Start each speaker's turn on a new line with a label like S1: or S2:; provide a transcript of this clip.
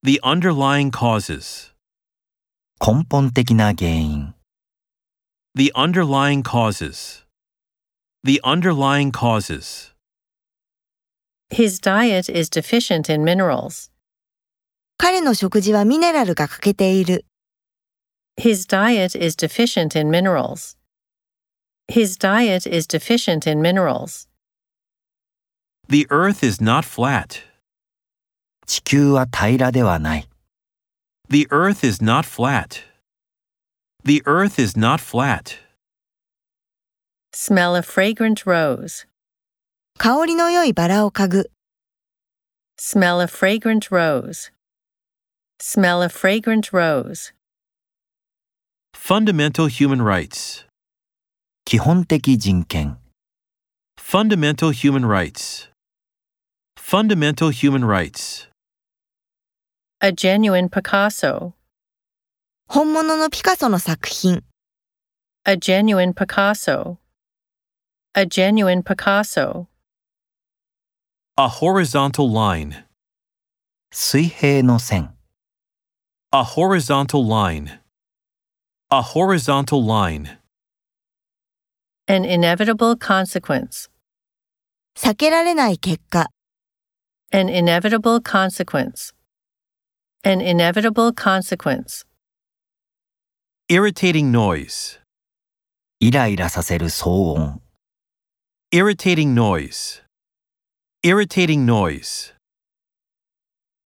S1: The underlying causes.
S2: 根本的な原因、
S1: The underlying causes. The underlying causes.
S3: His diet is deficient in minerals.
S4: 彼の食事はミネラルが欠けている。
S3: His diet is deficient in minerals. His diet is deficient in minerals.
S1: The earth is not flat.
S2: 地球は平らではない。
S1: The earth is not flat. The earth is not flat.
S3: Smell a fragrant rose.
S4: 香りの良いバラを嗅ぐ。
S3: Smell a fragrant rose. Smell a fragrant rose.
S1: Fundamental human rights.
S2: 基本的人権、
S1: Fundamental human rights. Fundamental human rights.
S3: A genuine Picasso.
S4: 本物のピカソの作品。
S3: A genuine Picasso. A genuine Picasso.
S1: A horizontal line.
S2: 水平の線、
S1: A horizontal line. A horizontal line.
S3: An inevitable consequence.
S4: 避けられない結果。
S3: An inevitable consequence. An inevitable consequence.
S1: Irritating noise.
S2: イライラさせる騒音。
S1: Irritating noise. Irritating noise.